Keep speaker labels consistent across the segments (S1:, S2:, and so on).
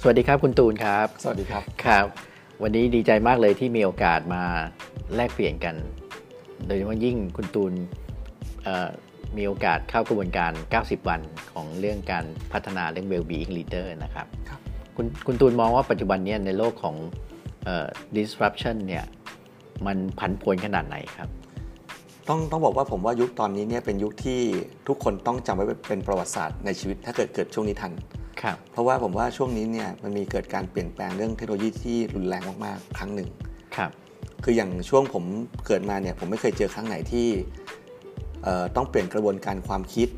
S1: สวัสดีครับคุณตูนครับ
S2: สวัสดีครับ
S1: ครับ วันนี้ดีใจมากเลยที่มีโอกาสมาแลกเปลี่ยนกัน โดยเฉพาะยิ่งคุณตูนเอ่อมีโอกาสเข้ากระบวนการ 90 วันของเรื่องการพัฒนาเรื่อง Well-being Leader นะครับ
S2: ครับ
S1: คุณคุณตูนมองว่าปัจจุบันเนี้ในโลกของเอ่อ disruption เนี่ยมันผันผวนขนาดไหนครับ
S2: ต้องต้องบอกว่าผมว่ายุคตอนนี้เนี่ยเป็นยุคที่ทุกคนต้องจำไว้เป็นประวัติศาสตร์ในชีวิตถ้าเกิดเกิดช่วงนี้ทัน
S1: ครับ
S2: เพราะว่าผมว่าช่วงนี้เนี่ยมันมีเกิดการเปลี่ยนแปลงเรื่องเทคโนโลยีที่รุนแรงมากๆ ครั้งหนึ่ง
S1: ครับ
S2: คืออย่างช่วงผมเกิดมาเนี่ยผมไม่เคยเจอครั้งไหนที่เอ่อต้องเปลี่ยนกระบวนการความคิด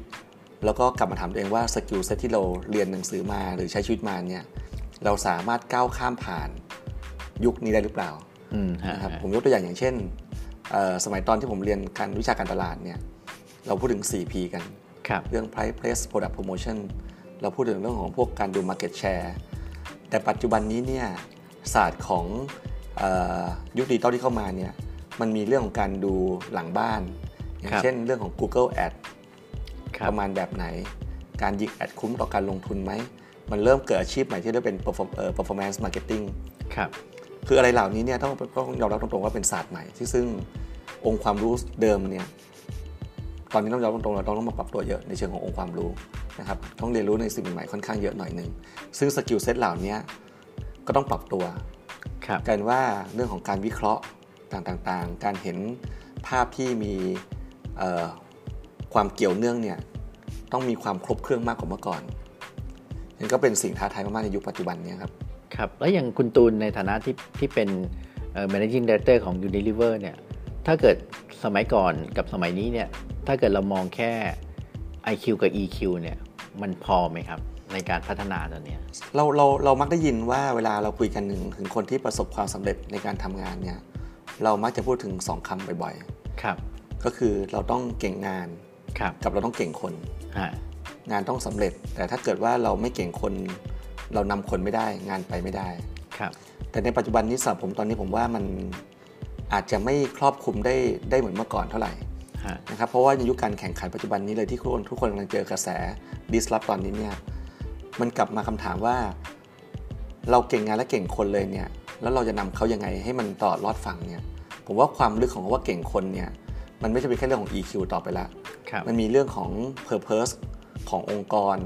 S2: แล้วก็กลับมาถามตัวเองว่าสกิลเซตที่เราเรียนหนังสือมาหรือใช้ชีวิตมาเนี่ยเราสามารถก้าวข้ามผ่านยุคนี้ได้หรือเปล่า
S1: อืมฮะ
S2: นะครับ
S1: ฮะ
S2: ผมยกตัวอย่างอย่างเช่นเอ่อสมัยตอนที่ผมเรียนการวิชาการตลาดเนี่ยเราพูดถึง 4P กัน
S1: ครับ
S2: เรื่อง price place product promotion เราพูดถึงเรื่องของพวกการดู market share แต่ปัจจุบันนี้เนี่ยศาสตร์ของเออยุคดิจิตอลที่เข้ามาเนี่ยมันมีเรื่องของการดูหลังบ้าน อย่างเช่นเรื่องของ Google Ad
S1: ครั
S2: ป
S1: บ
S2: ระมาณแบบไหน การยิงแอดคุ้มต่อการลงทุนไหม มันเริ่มเกิดอาชีพใหม่ที่ได้เป็น perform- เอ่อ performance marketing
S1: ครับ
S2: คืออะไรเหล่านี้เนี่ยต้องต้องยอมรับตรงๆว่าเป็นศาสตร์ใหม่ที่ซึ่งองค์ความรู้เดิมเนี่ยตอนนี้ต้องยอมรับตรงๆเราต้องมาปรับตัวเยอะในเชิงขององค์ความรู้นะครับต้องเรียนรู้ในสิ่งใหม่ๆค่อนข้างเยอะหน่อยหนึ่งซึ่งสกิลเซตเหล่านี้ก็ต้องปรับตัว
S1: ครับ
S2: กลายเป็นว่าเรื่องของการวิเคราะห์ต่างๆ การเห็นภาพที่มีเอ่อความเกี่ยวเนื่องเนี่ยต้องมีความครบเครื่องมากกว่าเมื่อก่อนนั่นก็เป็นสิ่งท้าทายมากๆในยุคปัจจุบันเนี้ครับ
S1: ครับแล้วอย่างคุณตูนในฐานะที่ที่เป็นเอ่อ managing director ของ Unilever เนี่ยถ้าเกิดสมัยก่อนกับสมัยนี้เนี่ยถ้าเกิดเรามองแค่ IQ กับ EQ เนี่ยมันพอไหมครับ ในการพัฒนาตัวเนี้ย
S2: เราเราเรามักได้ยินว่าเวลาเราคุยกันถึงถึงคนที่ประสบความสำเร็จในการทำงานเนี่ยเรามักจะพูดถึงสองคำบ่อย
S1: ครับ
S2: ๆ ก็คือเราต้องเก่งงาน
S1: ครับ
S2: กับเราต้องเก่งคน
S1: ฮะ
S2: งานต้องสำเร็จ แต่ถ้าเกิดว่าเราไม่เก่งคน เรานำคนไม่ได้งานไปไม่ได้
S1: ครับ
S2: แต่ในปัจจุบันนี้สำหรับผมตอนนี้ผมว่ามันอาจจะไม่ครอบคลุมได้ได้เหมือนเมื่อก่อนเท่าไหร่
S1: ฮะ
S2: นะครับเพราะว่าในยุคการแข่งขันปัจจุบันนี้เลยที่ทุกคนทุกคนกำลังเจอกระแส disrupt ตอนนี้เนี่ยมันกลับมาคำถามว่า เราเก่งงานและเก่งคนเลยเนี่ย แล้วเราจะนำเขายังไงให้มันต่อรอดฟังเนี่ย ผมว่าความลึกของคำว่าเก่งคนเนี่ย มันไม่ใช่เป็นแค่เรื่องของ EQ ต่อไปละ
S1: ครับ
S2: มันมีเรื่องของ Purpose ขององค์กร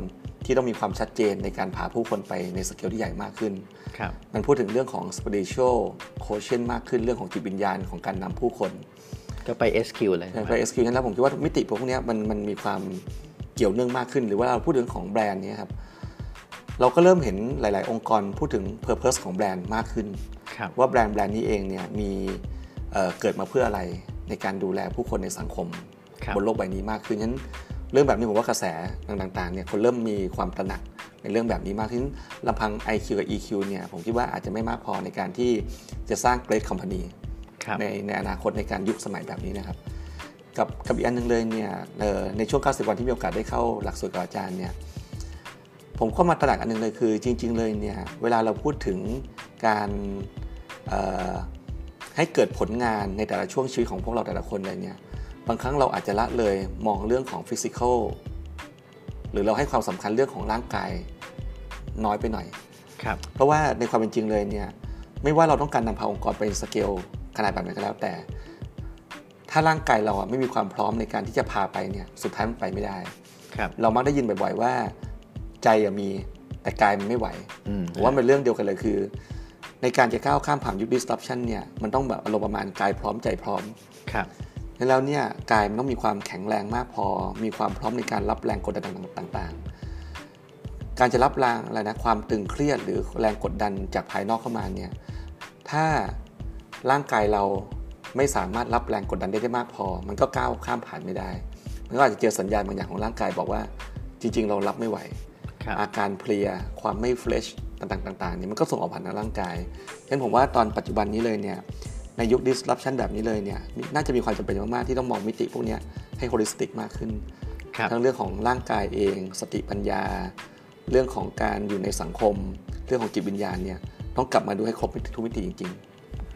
S2: ที่ต้องมีความชัดเจนในการพาผู้คนไปในสเกลที่ใหญ่มากขึ้น
S1: ครับ
S2: มันพูดถึงเรื่องของ spiritual quotient มากขึ้นเรื่องของจิตวิญญาณของการนำผู้คน
S1: ก็ไป SQ เลย
S2: อย่าง Pride SQ นั้นแล้วผมคิดว่ามิติพวกเนี้ยมันมันมีความเกี่ยวเนื่องมากขึ้น หรือว่าเราพูดถึงของแบรนด์เนี้ยครับ เราก็เริ่มเห็นหลาย ๆ องค์กรพูดถึง Purpose ของแบรนด์มากขึ้น
S1: ครับ
S2: ว่าแบรนด์แบรนด์นี้เองเนี่ยมีเอ่อเกิดมาเพื่ออะไรในการดูแลผู้คนในสังคม
S1: ครับ
S2: บนโลกใบนี้มากขึ้นฉะนั้นเรื่องแบบนี้ผมว่ากระแสต่างๆเนี่ยคนเริ่มมีความตระหนักในเรื่องแบบนี้มากขึ้นลำพัง IQ กับ EQ เนี่ยผมคิดว่าอาจจะไม่มากพอในการที่จะสร้าง great company
S1: ครับ
S2: ในในอนาคตในการยุคสมัยแบบนี้นะครับ กับกับอีกอันหนึงเลยเนี่ยเอ่อในช่วง 90 วันที่มีโอกาสได้เข้าหลักสูตรกับอาจารย์เนี่ยผมก็มาตระหนักอันหนึงเลยคือจริง ๆ เลยเนี่ยเวลาเราพูดถึงการเอ่อให้เกิดผลงานในแต่ละช่วงชีวิตของพวกเราแต่ละคนเลยเนี่ยบางครั้งเราอาจจะละเลยมองเรื่องของฟิสิกอลหรือเราให้ความสำคัญเรื่องของร่างกายน้อยไปหน่อย
S1: ครับ
S2: เพราะว่าในความเป็นจริงเลยเนี่ยไม่ว่าเราต้องการนำพาองค์กรไปสเกลขนาดแบบไหนก็แล้วแต่ ถ้าร่างกายเราอะไม่มีความพร้อมในการที่จะพาไปเนี่ยสุดท้ายมันไปไม่ได้
S1: ครับ
S2: เรามักได้ยินบ่อยๆว่า ใจอะมีแต่กายมันไม่ไหว
S1: อืม
S2: ผมว่ามันเรื่องเดียวกันเลยคือ ในการจะก้าวข้ามผ่านยุค disruption เนี่ยมันต้องแบบอารมณ์ประมาณกายพร้อมใจพร้อม
S1: ครับ
S2: แล้วเนี่ยกายมันต้องมีความแข็งแรงมากพอ มีความพร้อมในการรับแรงกดดันต่างๆ การจะรับแรงอะไรนะความตึงเครียดหรือแรงกดดันจากภายนอกเข้ามาเนี่ยถ้าร่างกายเราไม่สามารถรับแรงกดดันได้ได้มากพอ มันก็ก้าวข้ามผ่านไม่ได้ มันก็อาจจะเจอสัญญาณบางอย่างของร่างกายบอกว่าจริง ๆ เรารับไม่ไหว
S1: ครับ
S2: อาการเพลีย ความไม่เฟรชต่างๆต่างๆเนี่ยมันก็ส่งออกผ่านทางร่างกายฉะนั้นผมว่าตอนปัจจุบันนี้เลยเนี่ย ในยุค disruption แบบนี้เลยเนี่ย น่าจะมีความจำเป็นมาก ๆ ที่ต้องมองมิติพวกเนี้ยให้ holistic มากขึ้น
S1: ครับ
S2: ทั้งเรื่องของร่างกายเอง สติปัญญา เรื่องของการอยู่ในสังคม เรื่องของจิตวิญญาณเนี่ย ต้องกลับมาดูให้ครบทุกมิติจริง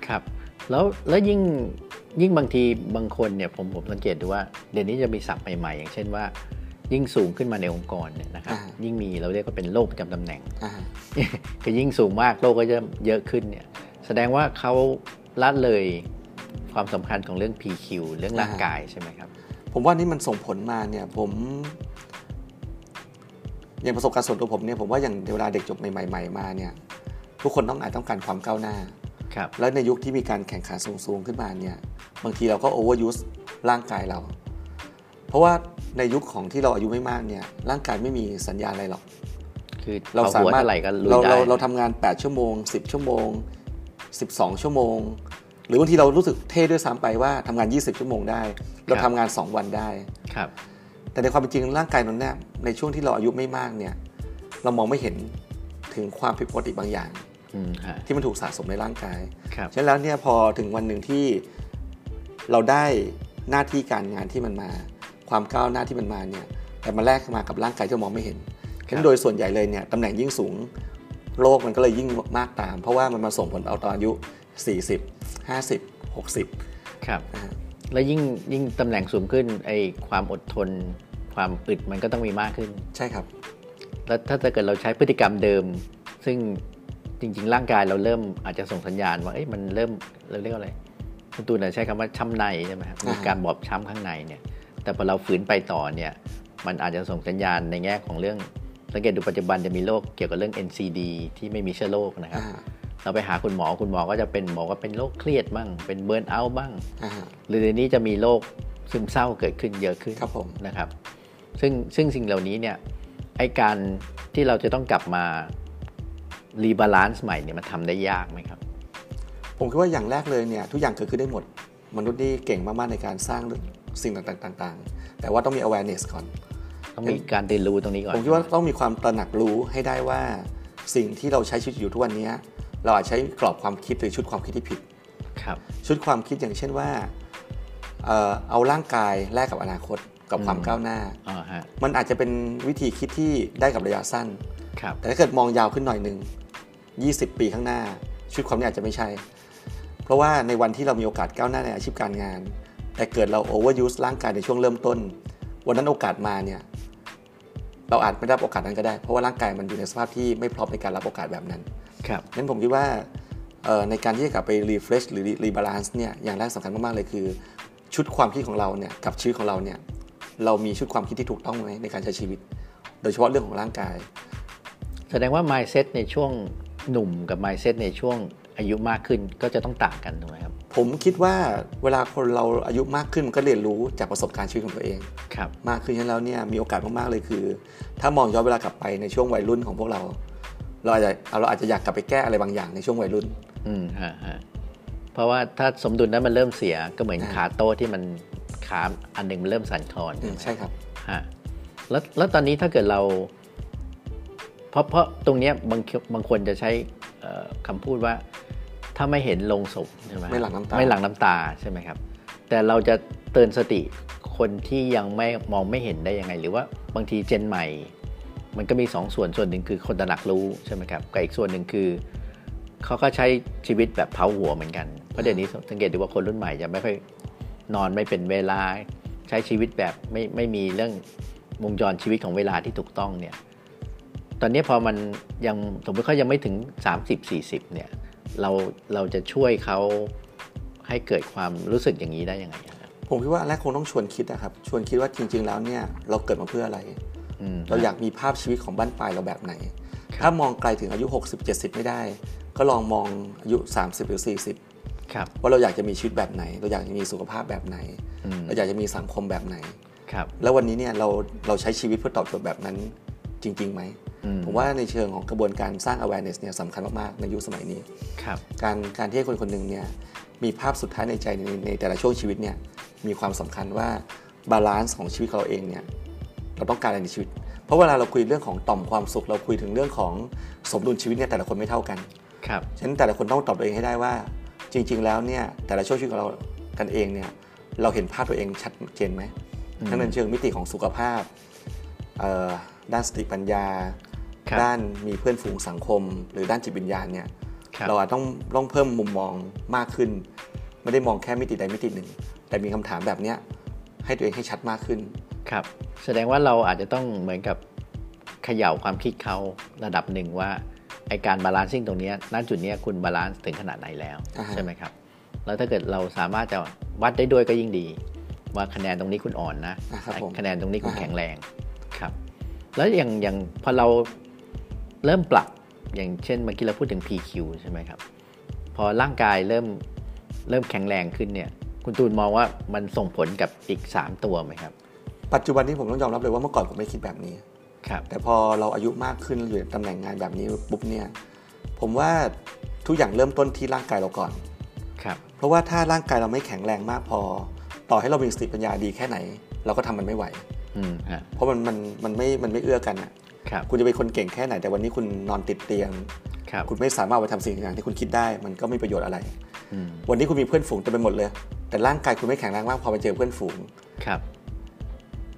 S1: ครับแล้วแล้วยิ่งยิ่งบางทีบางคนเนี่ยผมผมสังเกตดูว่าเดี๋ยวนี้จะมีศัพท์ใหม่ๆ อย่างเช่นว่า ยิ่งสูงขึ้นมาในองค์กรเนี่ยนะครับ
S2: อ่า
S1: ยิ่งมีเราเรียกว่าเป็นโรคประจำตำแหน่ง
S2: อ่า
S1: คือยิ่งสูงมากโลกก็จะเยอะขึ้นเนี่ยแสดงว่าเขาละเลยความสำคัญของเรื่อง PQ เรื่องร่างกายใช่ไหมครับ
S2: ผมว่านี่มันส่งผลมาเนี่ยผมอย่างประสบการณ์ส่วนตัวผมเนี่ยผมว่าอย่างเวลาเด็กจบใหม่ๆๆมาเนี่ย ทุกคนต้องอาจต้องการความก้าวหน้า
S1: ครับ
S2: แล้วในยุคที่มีการแข่งขันสูงๆขึ้นมาเนี่ยบางทีเราก็โอเวอร์ยูสร่างกายเรา เพราะว่าในยุคของที่เราอายุไม่มากเนี่ยร่างกายไม่มีสัญญาณอะไรหรอก
S1: คือ
S2: เรา
S1: เรา
S2: สา
S1: สามารถ
S2: มารถ
S1: อะไรก็ลุย
S2: เรา
S1: ได้
S2: เราเราทำงาน 8 ชั่วโมง 10 ชั่วโมง 12 ชั่วโมง หรือบางทีเรารู้สึกเท่ด้วยซ้ำไปว่าทำงาน 20 ชั่วโมงได้ เราทำงาน 2 วันได้
S1: ครับ
S2: แต่ในความเป็นจริงร่างกายนนท์เนี่ยในช่วงที่เราอายุไม่มากเนี่ยเรามองไม่เห็นถึงความผิดปกติบางอย่าง
S1: อืมฮะ
S2: ที่มันถูกสะสมในร่างกาย
S1: ครับ
S2: ฉะนั้นแล้วเนี่ยพอถึงวันหนึ่งที่เราได้หน้าที่การงานที่มันมา ความก้าวหน้าที่มันมาเนี่ยแต่มันแลกมากับร่างกายที่เรามองไม่เห็น
S1: ครับ
S2: ฉะนั้นโดยส่วนใหญ่เลยเนี่ยตำแหน่งยิ่งสูงโรคมันก็เลยยิ่งมากตาม เพราะว่ามันมาส่งผลเอาตอนอายุ 40 50 60
S1: ครับ
S2: อ่า
S1: แล้วยิ่งยิ่งตำแหน่งสูงขึ้นไอความอดทน ความอึดมันก็ต้องมีมากขึ้น
S2: ใช่ครับ
S1: แล้วถ้าเกิดเราใช้พฤติกรรมเดิม ซึ่งจริง ๆ ร่างกายเราเริ่มอาจจะส่งสัญญาณว่าเอ้ยมันเริ่มเราเรียกว่าอะไรคุณตูนนะใช้คำว่าช้ำในใช่ไหมครับ
S2: อ่าฮะ
S1: มีการบอบช้ำข้างในเนี่ยแต่พอเราฝืนไปต่อเนี่ยมันอาจจะส่งสัญญาณในแง่ของเรื่อง สังเกตดูปัจจุบันจะมีโรคเกี่ยวกับเรื่อง NCD ที่ไม่มีเชื้อโรคนะครับ
S2: อ่า
S1: เราไปหาคุณหมอคุณหมอก็จะเป็นบอกว่าเป็นโรคเครียดบ้างเป็นเบิร์นเอาท์บ้าง
S2: อ่า
S1: หรือเดี๋ยวนี้จะมีโรคซึมเศร้าเกิดขึ้นเยอะขึ้น
S2: ครับผม
S1: นะครับซึ่งซึ่งสิ่งเหล่านี้เนี่ยไอการที่เราจะต้องกลับมารีบาลานซ์ใหม่เนี่ยมันทำได้ยากไหมครับ
S2: ผมคิดว่าอย่างแรกเลยเนี่ยทุกอย่างเกิดขึ้นได้หมด มนุษย์นี่เก่งมากๆในการสร้างเรื่องสิ่งต่างๆๆ แต่ว่าต้องมี awareness ก่อน
S1: ต้องมีการตื่นรู้ตรงนี้ก่อน
S2: ผมคิดว่าต้องมีความตระหนักรู้ให้ได้ว่าสิ่งที่เราใช้ชีวิตอยู่ทุกวันนี้ เราอาจใช้กรอบความคิดหรือชุดความคิดที่ผิด
S1: ครับ
S2: ชุดความคิดอย่างเช่นว่าเอ่อเอาร่างกายแลกกับอนาคตกับความ
S1: อืม
S2: ก้าวหน้า
S1: อ่าฮะ
S2: มันอาจจะเป็นวิธีคิดที่ได้กับระยะสั้น
S1: ครับ
S2: แต่ถ้าเกิดมองยาวขึ้นหน่อยหนึ่ง20 ปีข้างหน้า ชุดความนี้อาจจะไม่ใช่ เพราะว่าในวันที่เรามีโอกาสก้าวหน้าในอาชีพการงาน แต่เกิดเรา overuse ร่างกายในช่วงเริ่มต้น วันนั้นโอกาสมาเนี่ยเราอาจไม่ได้รับโอกาสนั้นก็ได้ เพราะว่าร่างกายมันอยู่ในสภาพที่ไม่พร้อมในการรับโอกาสแบบนั้น
S1: ครับ
S2: งั้นผมคิดว่าเอ่อในการที่จะกลับไป refresh หรือ rebalance เนี่ยอย่างแรกสำคัญมากๆเลยคือ ชุดความคิดของเราเนี่ยกับชีวิตของเราเนี่ยเรามีชุดความคิดที่ถูกต้องไหมในการใช้ชีวิต โดยเฉพาะเรื่องของร่างกาย
S1: แสดงว่า mindset ในช่วงหนุ่มกับ mindset ในช่วงอายุมากขึ้นก็จะต้องต่างกันถูกไหมครับ
S2: ผมคิดว่าเวลาคนเราอายุมากขึ้นมันก็เรียนรู้จากประสบการณ์ชีวิตของตัวเอง
S1: ครับ
S2: มากขึ้นฉะนั้นแล้วเนี่ยมีโอกาสมากๆเลยคือ ถ้ามองย้อนเวลากลับไปในช่วงวัยรุ่นของพวกเรา เราอาจจะเราอาจจะอยากกลับไปแก้อะไรบางอย่างในช่วงวัยรุ่น
S1: อืมฮะฮะเพราะว่าถ้าสมดุลนั้นมันเริ่มเสียก็เหมือน
S2: อ่า
S1: ขาโต้ที่มันขาอันหนึ่งมันเริ่มสั่นคลอน
S2: อื
S1: ใช่
S2: ม
S1: ไหม
S2: ใช่ครับ
S1: ฮะแล้วแล้วตอนนี้ถ้าเกิดเราเพราะเพราะตรงเนี้ยบางบางคนจะใช้เอ่อคำพูดว่า ถ้าไม่เห็นลงศพใช่ไหม
S2: ไม่หลั่งน้ำตา
S1: ไม่หลังน้ำตาใช่ไหมครับ แต่เราจะเตือนสติคนที่ยังไม่มองไม่เห็นได้ยังไง หรือว่าบางทีเจนใหม่ มันก็มีสองส่วนส่วนหนึ่งคือคนตระหนักรู้ใช่ไหมครับกับอีกส่วนหนึ่งคือ เขาก็ใช้ชีวิตแบบเผาหัวเหมือนกันเพราะเดี๋ยวนี้สังเกตดูว่าคนรุ่นใหม่จะไม่ค่อยนอนไม่เป็นเวลาใช้ชีวิตแบบไม่ไม่มีเรื่องวงจรชีวิตของเวลาที่ถูกต้องเนี่ย ตอนนี้พอมันยังสมมติเขายังไม่ถึง 30 40 เนี่ย เราเราจะช่วยเขาให้เกิดความรู้สึกอย่างนี้ได้ยังไงอะครับ
S2: ผมคิดว่าอันแรกคงต้องชวนคิดนะครับชวนคิดว่าจริง ๆ แล้วเนี่ยเราเกิดมาเพื่ออะไร
S1: อืม
S2: เราอยากมีภาพชีวิตของบ้านปลายเราแบบไหน ถ้ามองไกลถึงอายุ 60-70 ไม่ได้ ก็ลองมองอายุ 30 หรือ 40
S1: ครับ
S2: ว่าเราอยากจะมีชีวิตแบบไหน เราอยากจะมีสุขภาพแบบไหน
S1: อืม
S2: เราอยากจะมีสังคมแบบไหน
S1: ครับ
S2: แล้ววันนี้เนี่ยเราเราใช้ชีวิตเพื่อตอบโจทย์แบบนั้นจริงๆไหม
S1: อืม
S2: ผมว่าในเชิงของกระบวนการสร้าง awareness เนี่ยสำคัญมากๆในยุคสมัยนี้
S1: ครับ
S2: การการที่ให้คนคนหนึ่งเนี่ยมีภาพสุดท้ายในใจในในแต่ละช่วงชีวิตเนี่ยมีความสำคัญว่าบาลานซ์ของชีวิตเราเองเนี่ยเราต้องการอะไรในชีวิต เพราะเวลาเราคุยเรื่องของต่อมความสุข เราคุยถึงเรื่องของสมดุลชีวิตเนี่ยแต่ละคนไม่เท่ากัน
S1: ครับ
S2: ฉะนั้นแต่ละคนต้องตอบตัวเองให้ได้ว่า จริง ๆ แล้วเนี่ยแต่ละช่วงชีวิตของเรากันเองเนี่ยเราเห็นภาพตัวเองชัดเจนไหม
S1: อืม
S2: ทั้งในเชิงมิติของสุขภาพเอ่อด้านสติปัญญา
S1: ครับ
S2: ด้านมีเพื่อนฝูงสังคม หรือด้านจิตวิญญาณเนี่ย
S1: ครับ
S2: เราอาจต้องต้องเพิ่มมุมมองมากขึ้น ไม่ได้มองแค่มิติใดมิติหนึ่ง แต่มีคำถามแบบเนี้ยให้ตัวเองให้ชัดมากขึ้น
S1: ครับ แสดงว่าเราอาจจะต้องเหมือนกับเขย่าความคิดเขาระดับหนึ่งว่าไอการบาลานซิ่งตรงเนี้ยณจุดเนี้ยคุณบาลานซ์ถึงขนาดไหนแล้ว
S2: อ่าฮะ
S1: ใช่ไหมครับ แล้วถ้าเกิดเราสามารถจะวัดได้ด้วยก็ยิ่งดี ว่าคะแนนตรงนี้คุณอ่อนนะ
S2: นะครับผม
S1: คะแนนตรงนี้คุณ
S2: อ่าฮะ
S1: แข็งแรงครับ แล้วอย่างอย่างพอเราเริ่มปรับอย่างเช่นเมื่อกี้เราพูดถึง PQ ใช่ไหมครับ พอร่างกายเริ่มเริ่มแข็งแรงขึ้นเนี่ย คุณตูนมองว่ามันส่งผลกับอีก 3 ตัวไหมครับ
S2: ปัจจุบันนี้ผมต้องยอมรับเลยว่าเมื่อก่อนผมไม่คิดแบบนี้
S1: ครับ
S2: แต่พอเราอายุมากขึ้นอยู่ในตำแหน่งงานแบบนี้ปุ๊บเนี่ยผมว่าทุกอย่างเริ่มต้นที่ร่างกายเราก่อน
S1: ครับ
S2: เพราะว่าถ้าร่างกายเราไม่แข็งแรงมากพอ ต่อให้เรามีสติปัญญาดีแค่ไหน เราก็ทำมันไม่ไหว
S1: อืมฮะ
S2: เพราะมันมันมันไม่มันไม่เอื้อกันอ่ะ
S1: ครับ
S2: คุณจะเป็นคนเก่งแค่ไหน แต่วันนี้คุณนอนติดเตียง
S1: ครับ
S2: คุณไม่สามารถไปทำสิ่งอย่างที่คุณคิดได้ มันก็ไม่มีประโยชน์อะไร
S1: อืม
S2: วันนี้คุณมีเพื่อนฝูงเต็มไปหมดเลย แต่ร่างกายคุณไม่แข็งแรงมากพอไปเจอเพื่อนฝูง
S1: ครับ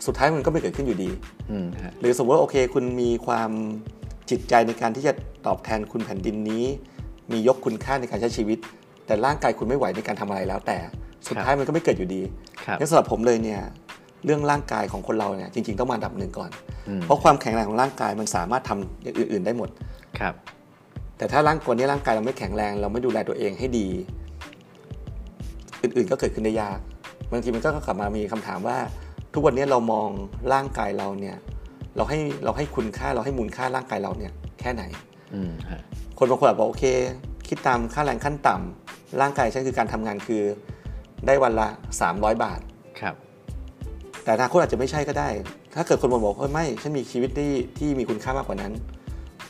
S2: สุดท้ายมันก็ไม่เกิดขึ้นอยู่ดี
S1: อืมฮะ
S2: หรือสมมติว่าโอเค คุณมีความจิตใจในการที่จะตอบแทนคุณแผ่นดินนี้ มียกคุณค่าในการใช้ชีวิต แต่ร่างกายคุณไม่ไหวในการทำอะไรแล้ว แต่สุดท้ายมันก็ไม่เกิดอยู่ดี
S1: ครับ
S2: งั้นสำหรับผมเลยเนี่ยเรื่องร่างกายของคนเราเนี่ยจริง ๆต้องมาอันดับหนึ่งก่อน
S1: อืม
S2: เพราะความแข็งแรงของร่างกายมันสามารถทำอย่างอื่น ๆ ได้หมด
S1: ครับ
S2: แต่ถ้าร่างกายนี้ร่างกายเราไม่แข็งแรงเราไม่ดูแลตัวเองให้ดี อื่นๆก็เกิดขึ้นได้ยากบางทีมันก็กลับมามีคำถามว่า ทุกวันนี้เรามองร่างกายเราเนี่ย เราให้เราให้คุณค่าเราให้มูลค่าร่างกายเราเนี่ยแค่ไหน
S1: อืมฮะ
S2: คนบางคนอาจบอกโอเค คิดตามค่าแรงขั้นต่ำร่างกายฉันคือการทำงานคือ ได้วันละ 300 บาท
S1: ครับ
S2: แต่อนาคตอาจจะไม่ใช่ก็ได้ ถ้าเกิดคนบอกว่าไม่ ฉันมีชีวิตที่ที่มีคุณค่ามากกว่านั้น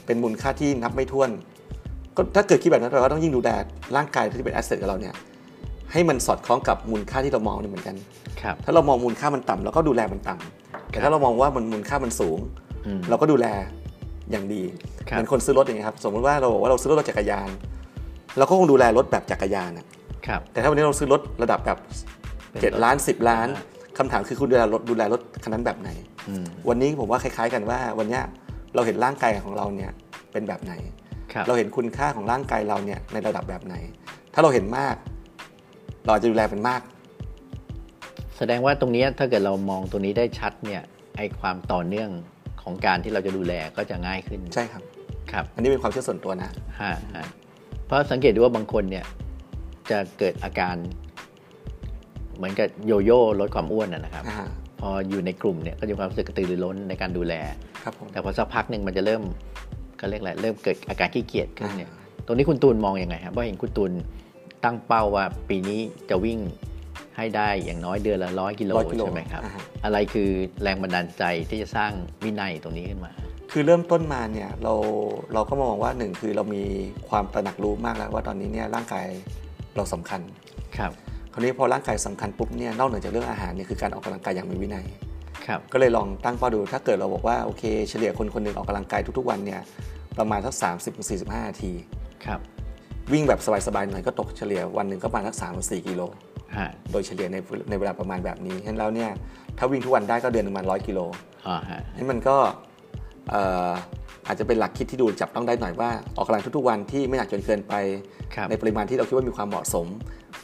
S2: เป็นมูลค่าที่นับไม่ถ้วน ก็ถ้าเกิดคิดแบบนั้นแปลว่าต้องยิ่งดูแลร่างกายที่เป็นแอสเซทกับเราเนี่ย ให้มันสอดคล้องกับมูลค่าที่เรามองเนี่ยเหมือนกัน
S1: ครับ
S2: ถ้าเรามองมูลค่ามันต่ำเราก็ดูแลมันต่ำแต่ถ้าเรามองว่ามันมูลค่ามันสูง
S1: อืม
S2: เราก็ดูแลอย่างดี
S1: ครับ
S2: เหมือนคนซื้อรถอย่างเงี้ยครับ สมมติว่าเราบอกว่าเราซื้อรถจักรยาน เราก็คงดูแลรถแบบจักรยานอะ
S1: ครับ
S2: แต่ถ้าวันนี้เราซื้อรถระดับแบบ
S1: เป็น
S2: เจ็ด
S1: รถ
S2: ล้านสิบล้านคำถามคือคุณดูแลรถดูแลรถคันนั้นแบบไหน
S1: อืม
S2: วันนี้ผมว่าคล้าย ๆ กันว่าวันเนี้ยเราเห็นร่างกายของเราเนี่ยเป็นแบบไหน
S1: ครับ
S2: เราเห็นคุณค่าของร่างกายเราเนี่ยในระดับแบบไหน ถ้าเราเห็นมาก เราอาจจะดูแลมันมาก
S1: แสดงว่าตรงเนี้ยถ้าเกิดเรามองตรงนี้ได้ชัดเนี่ยไอความต่อเนื่องของการที่เราจะดูแลก็จะง่ายขึ้น
S2: ใช่ครับ
S1: ครับ
S2: อันนี้เป็นความเชื่อส่วนตัวนะ
S1: ฮะฮะเพราะสังเกตดูว่าบางคนเนี่ยจะเกิดอาการ เหมือนกับโยโย่ลดความอ้วนนะนะครับ
S2: อ่า
S1: พออยู่ในกลุ่มเนี่ยก็จะมีความรู้สึกกระตือรือร้นในการดูแล
S2: ครับผม
S1: แต่พอสักพักหนึ่งมันจะเริ่มก็เรียกอะไรเริ่มเกิดอาการขี้เกียจขึ้นเนี่ย ตรงนี้คุณตูนมองอยังไงครับว่าะเห็นคุณตูนตั้งเป้าว่าปีนี้จะวิ่งให้ได้อย่างน้อยเดือนละร้อยกิโล
S2: ร้อยกิโล
S1: ใช่ไหมครับ
S2: อ่าฮะ
S1: อะไรคือแรงบันดาลใจที่จะสร้างวินัยตรงนี้ขึ้นมา
S2: คือเริ่มต้นมาเนี่ยเราเราก็มองว่าหนึ่งคือเรามีความตระหนักรู้มากแล้วว่าตอนนี้เนี่ยร่างกายเราสำคัญ
S1: ครับ
S2: คราวนี้พอร่างกายสำคัญปุ๊บเนี่ยนอกเหนือจากเรื่องอาหารเนี่ยคือการออกกำลังกายอย่างมีวินัย
S1: ครับ
S2: ก็เลยลองตั้งเป้าดูถ้าเกิดเราบอกว่าโอเค เฉลี่ยคนคนหนึ่งออกกำลังกายทุกๆวันเนี่ยประมาณสัก 30-45 นาที
S1: ครับ
S2: วิ่งแบบสบายๆหน่อยก็ตกเฉลี่ยวันหนึ่งก็ประมาณสักสามสี่กิโล
S1: ฮะ
S2: โดยเฉลี่ยในในเวลาประมาณแบบนี้ฉะนั้นแล้วเนี่ยถ้าวิ่งทุกวันได้ก็เดือนหนึ่งประมาณร้อยกิโล
S1: อ่าฮะ
S2: นั้นมันก็เอ่ออาจจะเป็นหลักคิดที่ดูจับต้องได้หน่อยว่า ออกกำลังทุกๆวันที่ไม่หนักจนเกินไป
S1: ครับ
S2: ในปริมาณที่เราคิดว่ามีความเหมาะสม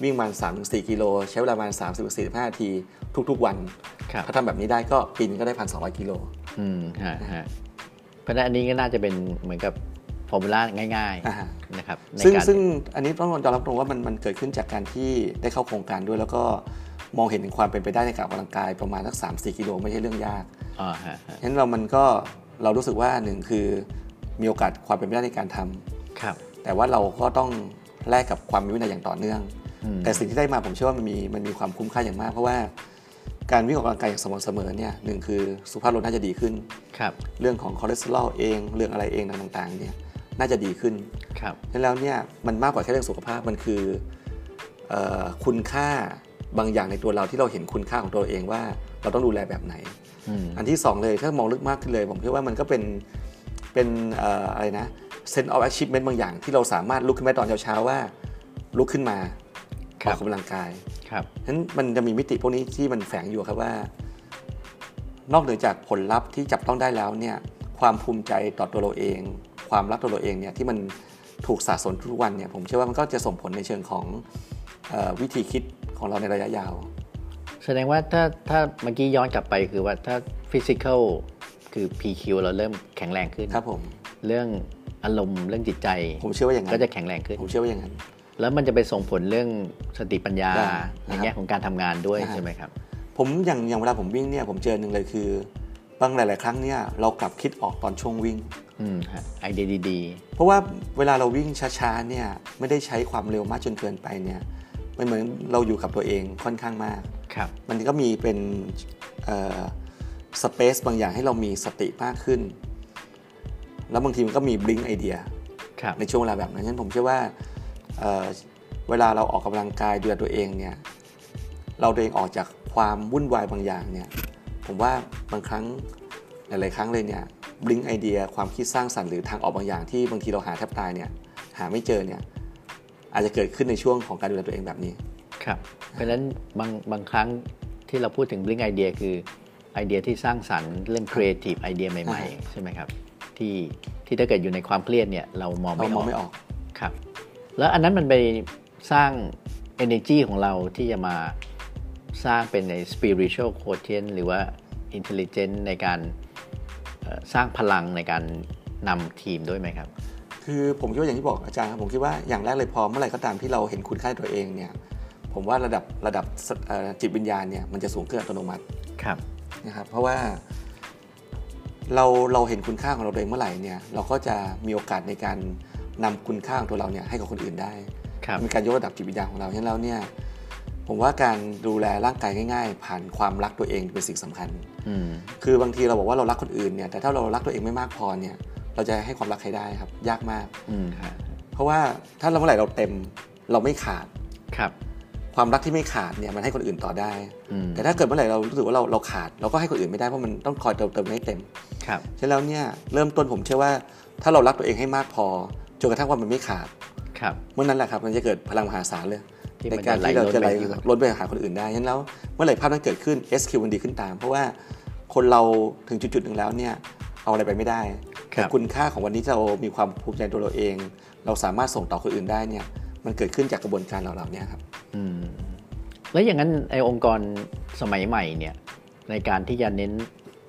S2: วิ่งประมาณ3-4 กิโล ใช้เวลาประมาณ30-45นาทีทุกๆ วัน
S1: ครับ
S2: ถ้าทำแบบนี้ได้ก็ปีนงก็ได้ 1,200 กิโล
S1: อืม ฮะฮะเพราะฉะนั้นอันนี้ก็น่าจะเป็นเหมือนกับฟอร์มูลาง่าย
S2: อ่าฮะ
S1: ๆ นะครับ ใน
S2: ซึ่ง
S1: การ
S2: ซึ่งอันนี้ต้องยอมรับตรงว่ามันมันเกิดขึ้นจากการที่ได้เข้าโครงการด้วย แล้วก็มองเห็นถึงความเป็นไปได้ในการออกกำลังกายประมาณสัก3 4กิโลไม่ใช่เรื่องยาก
S1: อ่าฮะฮะ
S2: ฉะนั้นเรามันก็เรารู้สึกว่าหนึ่งคือมีโอกาสความเป็นไปได้ในการทำ
S1: ครับ
S2: แต่ว่าเราก็ต้องแลกกับความมีวินัยอย่างต่อเนื่อง
S1: อืม
S2: แต่สิ่งที่ได้มาผมเชื่อว่ามันมีมันมีความคุ้มค่าอย่างมาก เพราะว่าการวิ่งออกกำลังกายอย่างสม่ำเสมอเนี่ยหนึ่งคือสุขภาพเราน่าจะดีขึ้น
S1: ครับ
S2: เรื่องของคอเลสเตอรอลเองเรื่องอะไรเองต่างๆเนี่ยน่าจะดีขึ้น
S1: ครับ
S2: ฉะนั้นแล้วเนี่ยมันมากกว่าแค่เรื่องสุขภาพมันคือเออคุณค่าบางอย่างในตัวเราที่เราเห็นคุณค่าของตัวเองว่าเราต้องดูแลแบบไหน
S1: อืม
S2: อันที่สองเลยถ้ามองลึกมากขึ้นเลย ผมคิดว่ามันก็เป็นเป็นเอ่ออะไรนะ sense of achievement บางอย่างที่เราสามารถลุกขึ้นมาตอนเช้าๆว่า ลุกขึ้นมา
S1: ค
S2: อ
S1: รั
S2: อบ กกำลังกาย
S1: ครับ
S2: ฉะนั้นมันจะมีมิติพวกนี้ที่มันแฝงอยู่ครับว่า นอกเหนือจากผลลัพธ์ที่จับต้องได้แล้วเนี่ยความภูมิใจต่อตัวเราเอง ความรักตัวเราเองเนี่ยที่มันถูกสะสมทุกวันเนี่ยผมเชื่อว่ามันก็จะส่งผลในเชิงของเออวิธีคิดของเราในระยะยาว
S1: แสดงว่าถ้าถ้าเมื่อกี้ย้อนกลับไปคือว่าถ้าฟิสิก a l คือ PQ เราเริ่มแข็งแรงขึ้น
S2: ครับผม
S1: เรื่องอารมณ์เรื่องจิตใจ
S2: ผมเชื่อว่าอย่างนั้
S1: ก็
S2: น
S1: จะแข็งแรงขึ้น
S2: ผมเชื่อว่าอย่างนั้น
S1: แล้วมันจะไปส่งผลเรื่องสติปัญญา
S2: ได้
S1: ในแง่ของการทำงานด้วย
S2: ได้ครับ
S1: ใช่ไหมครับ
S2: ผมอย่างอย่างเวลาผมวิ่งเนี่ยผมเจอหนึ่งเลยคือบางหลาย ๆ ครั้งเนี่ยเรากลับคิดออกตอนช่วงวิ่ง
S1: อืมฮะไอเดียดี
S2: เพราะว่าเวลาเราวิ่งช้าๆเนี่ยไม่ได้ใช้ความเร็วมากจนเกินไปเนี่ยมันเหมือนเราอยู่กับตัวเองค่อนข้างมาก
S1: ๆครับ
S2: มันก็มีเป็นสเปซบางอย่างให้เรามีสติมากขึ้น แล้วบางทีมันก็มีบลิงไอเดีย
S1: ครับ
S2: ในช่วงเวลาแบบนั้นฉะนั้นผมเชื่อว่าเอ่อเวลาเราออกกำลังกายดูแลตัวเองเนี่ยเราตัวเองออกจากความวุ่นวายบางอย่างเนี่ยผมว่าบางครั้งหลาย ๆ ครั้งเลยเนี่ยบลิงไอเดียความคิดสร้างสรรค์หรือทางออกบางอย่างที่บางทีเราหาแทบตายเนี่ยหาไม่เจอเนี่ยอาจจะเกิดขึ้นในช่วงของการดูแลตัวเองแบบนี้
S1: ครับ เพราะฉะนั้นบางบางครั้งที่เราพูดถึง b ริ n งไอเดียคือไอเดียที่สร้างสรรค์เรื่องครีเอทีฟไอเดียใหม่ ๆ ใช่ไหมครับ ที่ที่ถ้าเกิดอยู่ในความเครียดเนี่ยเรามอง
S2: เรา
S1: ไม่
S2: ม
S1: ออ
S2: อ
S1: ง ก
S2: ไม่ออก
S1: ครับ แล้วอันนั้นมันไปสร้าง energy ของเราที่จะมาสร้างเป็นใน spiritual quotient หรือว่า intelligent ในการเอ่อสร้างพลังในการนำทีมด้วยไหมครับ
S2: คือผมคิดว่าอย่างที่บอกอาจารย์ครับผมคิดว่าอย่างแรกเลยพอเมื่อไหร่ก็ตามที่เราเห็นคุณค่าในตัวเองเนี่ยผมว่าระดับระดับสเอ่อจิตวิญญาณเนี่ยมันจะสูงขึ้นอัตโนมัติ
S1: ครับ
S2: นะครับเพราะว่าเราเราเห็นคุณค่าของเราเองเมื่อไหร่เนี่ยเราก็จะมีโอกาสในการนำคุณค่าของตัวเราเนี่ยให้กับคนอื่นได้
S1: ครับ
S2: เป็นการยกระดับจิตวิญญาณของเราฉะนั้นแล้วเนี่ยผมว่าการดูแลร่างกายง่าย ๆ ผ่านความรักตัวเองเป็นสิ่งสำคัญ
S1: อืม
S2: คือบางทีเราบอกว่าเรารักคนอื่นเนี่ยแต่ถ้าเรารักตัวเองไม่มากพอเนี่ยเราจะให้ความรักใครได้ครับยากมาก
S1: อืมฮะ
S2: เพราะว่าถ้าเราเมื่อไหร่เราเต็มเราไม่ขาด
S1: ครับ
S2: ความรักที่ไม่ขาดเนี่ยมันให้คนอื่นต่อได้
S1: อืม
S2: แต่ถ้าเกิดเมื่อไหร่เรารู้สึกว่าเราเราขาด เราก็ให้คนอื่นไม่ได้เพราะมันต้องคอยเติมเต็มให้เต็ม
S1: ครับ
S2: ฉะนั้นแล้วเนี่ยเริ่มต้นผมเชื่อว่าถ้าเรารักตัวเองให้มากพอจนกระทั่งว่ามันไม่ขาด
S1: ครับ
S2: เมื่อนั้นแหละครับมันจะเกิดพลังมหาศาลเลย
S1: ที่มัน
S2: ในการที่เราจะไหล
S1: จะไหลล้นไป
S2: ล้นไปหาคนอื่นได้ฉะนั้นแล้วเมื่อไหร่ภาพนั้นเกิดขึ้น SQ มันดีขึ้นตาม เพราะว่าคนเราถึงจุดๆหนึ่งแล้วเนี่ยเอาอะไรไปไม่ได้
S1: ค
S2: แต่
S1: รับ
S2: คุณค่าของวันนี้ที่เรามีความภูมิใจในตัวเราเอง เราสามารถส่งต่อคนอื่นได้เนี่ยมันเกิดขึ้นจากกระบวนการเหล่านี้ครับ
S1: อืมแล้วอย่างนั้นไอองค์กรสมัยใหม่เนี่ย ในการที่จะเน้น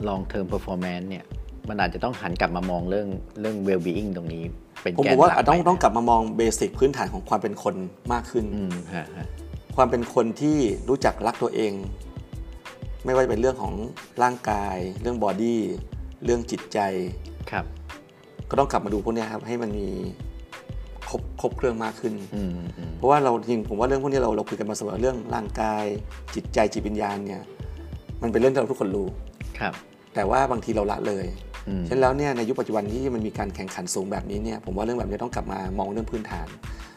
S1: long term performance เนี่ย มันอาจจะต้องหันกลับมามองเรื่องเรื่อง well being ตรงนี้ เป็น
S2: ผม
S1: แก
S2: ผ
S1: น
S2: ม
S1: ห
S2: ว่า
S1: ลัก
S2: อาจต้อง
S1: ไป
S2: ต้องกลับมามองเบสิกพื้นฐานของความเป็นคนมากขึ้น
S1: อืมฮะฮะ
S2: ความเป็นคนที่รู้จักรักตัวเอง ไม่ว่าจะเป็นเรื่องของร่างกาย เรื่องบอดี้เรื่องจิตใจ
S1: ครับ
S2: ก็ต้องกลับมาดูพวกเนี้ยครับให้มันมีครบครบเครื่องมากขึ้น
S1: อืมอืม
S2: เพราะว่าเราจริงผมว่าเรื่องพวกนี้เราเราคุยกันมาเสมอเรื่องร่างกาย จิตใจจิตวิญญาณเนี่ยมันเป็นเรื่องที่เราทุกคนรู้
S1: ครับ
S2: แต่ว่าบางทีเราละเลย
S1: อืม
S2: ฉะนั้นแล้วเนี่ยในยุคปัจจุบันที่มันมีการแข่งขันสูงแบบนี้เนี่ยผมว่าเรื่องแบบนี้ต้องกลับมามองเรื่องพื้นฐาน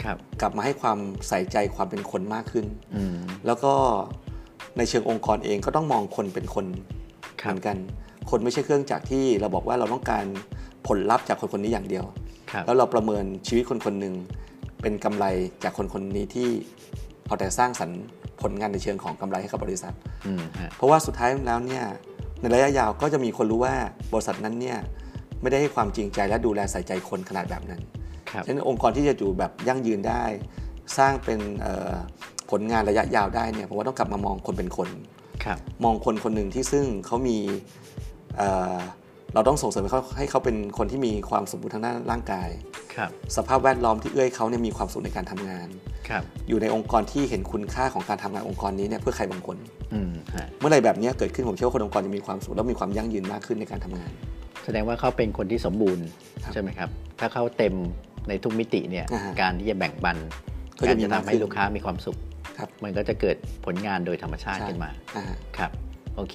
S1: ครับ
S2: กลับมาให้ความใส่ใจความเป็นคนมากขึ้น
S1: อืม
S2: แล้วก็ในเชิงองค์กรเองก็ต้องมองคนเป็นคน
S1: ค
S2: เห
S1: รับ
S2: มือนกัน คนไม่ใช่เครื่องจักรที่เราบอกว่าเราต้องการผลลัพธ์จากคนคนนี้อย่างเดียว
S1: ครับ
S2: แล้วเราประเมินชีวิตคนคนหนึ่งเป็นกำไรจากคนคนนี้ที่เอาแต่สร้างสรรค์ผลงานในเชิงของกำไรให้กับบริษัท
S1: อืมฮะ
S2: เพราะว่าสุดท้ายแล้วเนี่ยในระยะยาวก็จะมีคนรู้ว่าบริษัทนั้นเนี่ยไม่ได้ให้ความจริงใจและดูแลใส่ใจคนขนาดแบบนั้น
S1: ครับ
S2: ฉะนั้นองค์กรที่จะอยู่แบบยั่งยืนได้ สร้างเป็นเอ่อผลงานระยะยาวได้เนี่ยผมว่าต้องกลับมามองคนเป็นคน
S1: ครับ
S2: มองคนคนหนึ่งที่ซึ่งเขามีเอ่อเราต้องส่งเสริมให้เขาให้เขาเป็นคนที่มีความสมบูรณ์ทางด้านร่างกาย
S1: ครับ
S2: สภาพแวดล้อมที่เอื้อให้เขาเนี่ยมีความสุขในการทำงาน
S1: ครับ
S2: อยู่ในองค์กรที่เห็นคุณค่าของการทำงานองค์กรนี้เนี่ยเพื่อใครบางคน
S1: อืมฮะ
S2: เมื่อไหรแบบเนี้ยเกิดขึ้นผมเชื่อว่าคนองค์กรจะมีความสุขและมีความยั่งยืนมากขึ้นในการทำงาน
S1: แสดงว่าเขาเป็นคนที่สมบูรณ์
S2: ครับ
S1: ใช่ไหมครับ ถ้าเขาเต็มในทุกมิติเนี่ย
S2: อ่าฮะ
S1: การที่จะแบ่งปัน
S2: ก็
S1: การ
S2: จะมี
S1: จะ
S2: มาก
S1: ทำให้
S2: ขึ้น
S1: ลูกค้ามีความสุข
S2: ครับ
S1: มันก็จะเกิดผลงานโดยธรรมชาติขึ้นมา
S2: อ่าฮะ
S1: ครับ โอเค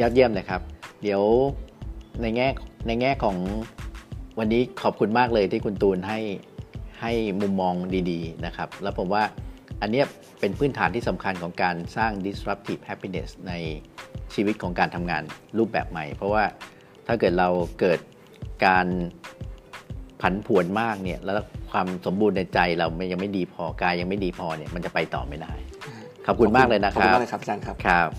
S1: ยอดเยี่ยมเลยครับ เดี๋ยวในแง่ในแง่ของวันนี้ขอบคุณมากเลยที่คุณตูนให้ให้มุมมองดีๆนะครับ แล้วผมว่าอันเนี้ยเป็นพื้นฐานที่สำคัญของการสร้าง disruptive happiness ในชีวิตของการทำงานรูปแบบใหม่ เพราะว่าถ้าเกิดเราเกิดการผันผวนมากเนี่ย แล้วความสมบูรณ์ในใจเรามันยังไม่ดีพอกายยังไม่ดีพอเนี่ยมันจะไปต่อไม่ได้ ขอบคุณมากเลยนะค
S2: ขอบคุ
S1: รั
S2: ณ
S1: บ
S2: มากเลยครับอาจารย์ครับ
S1: ครับ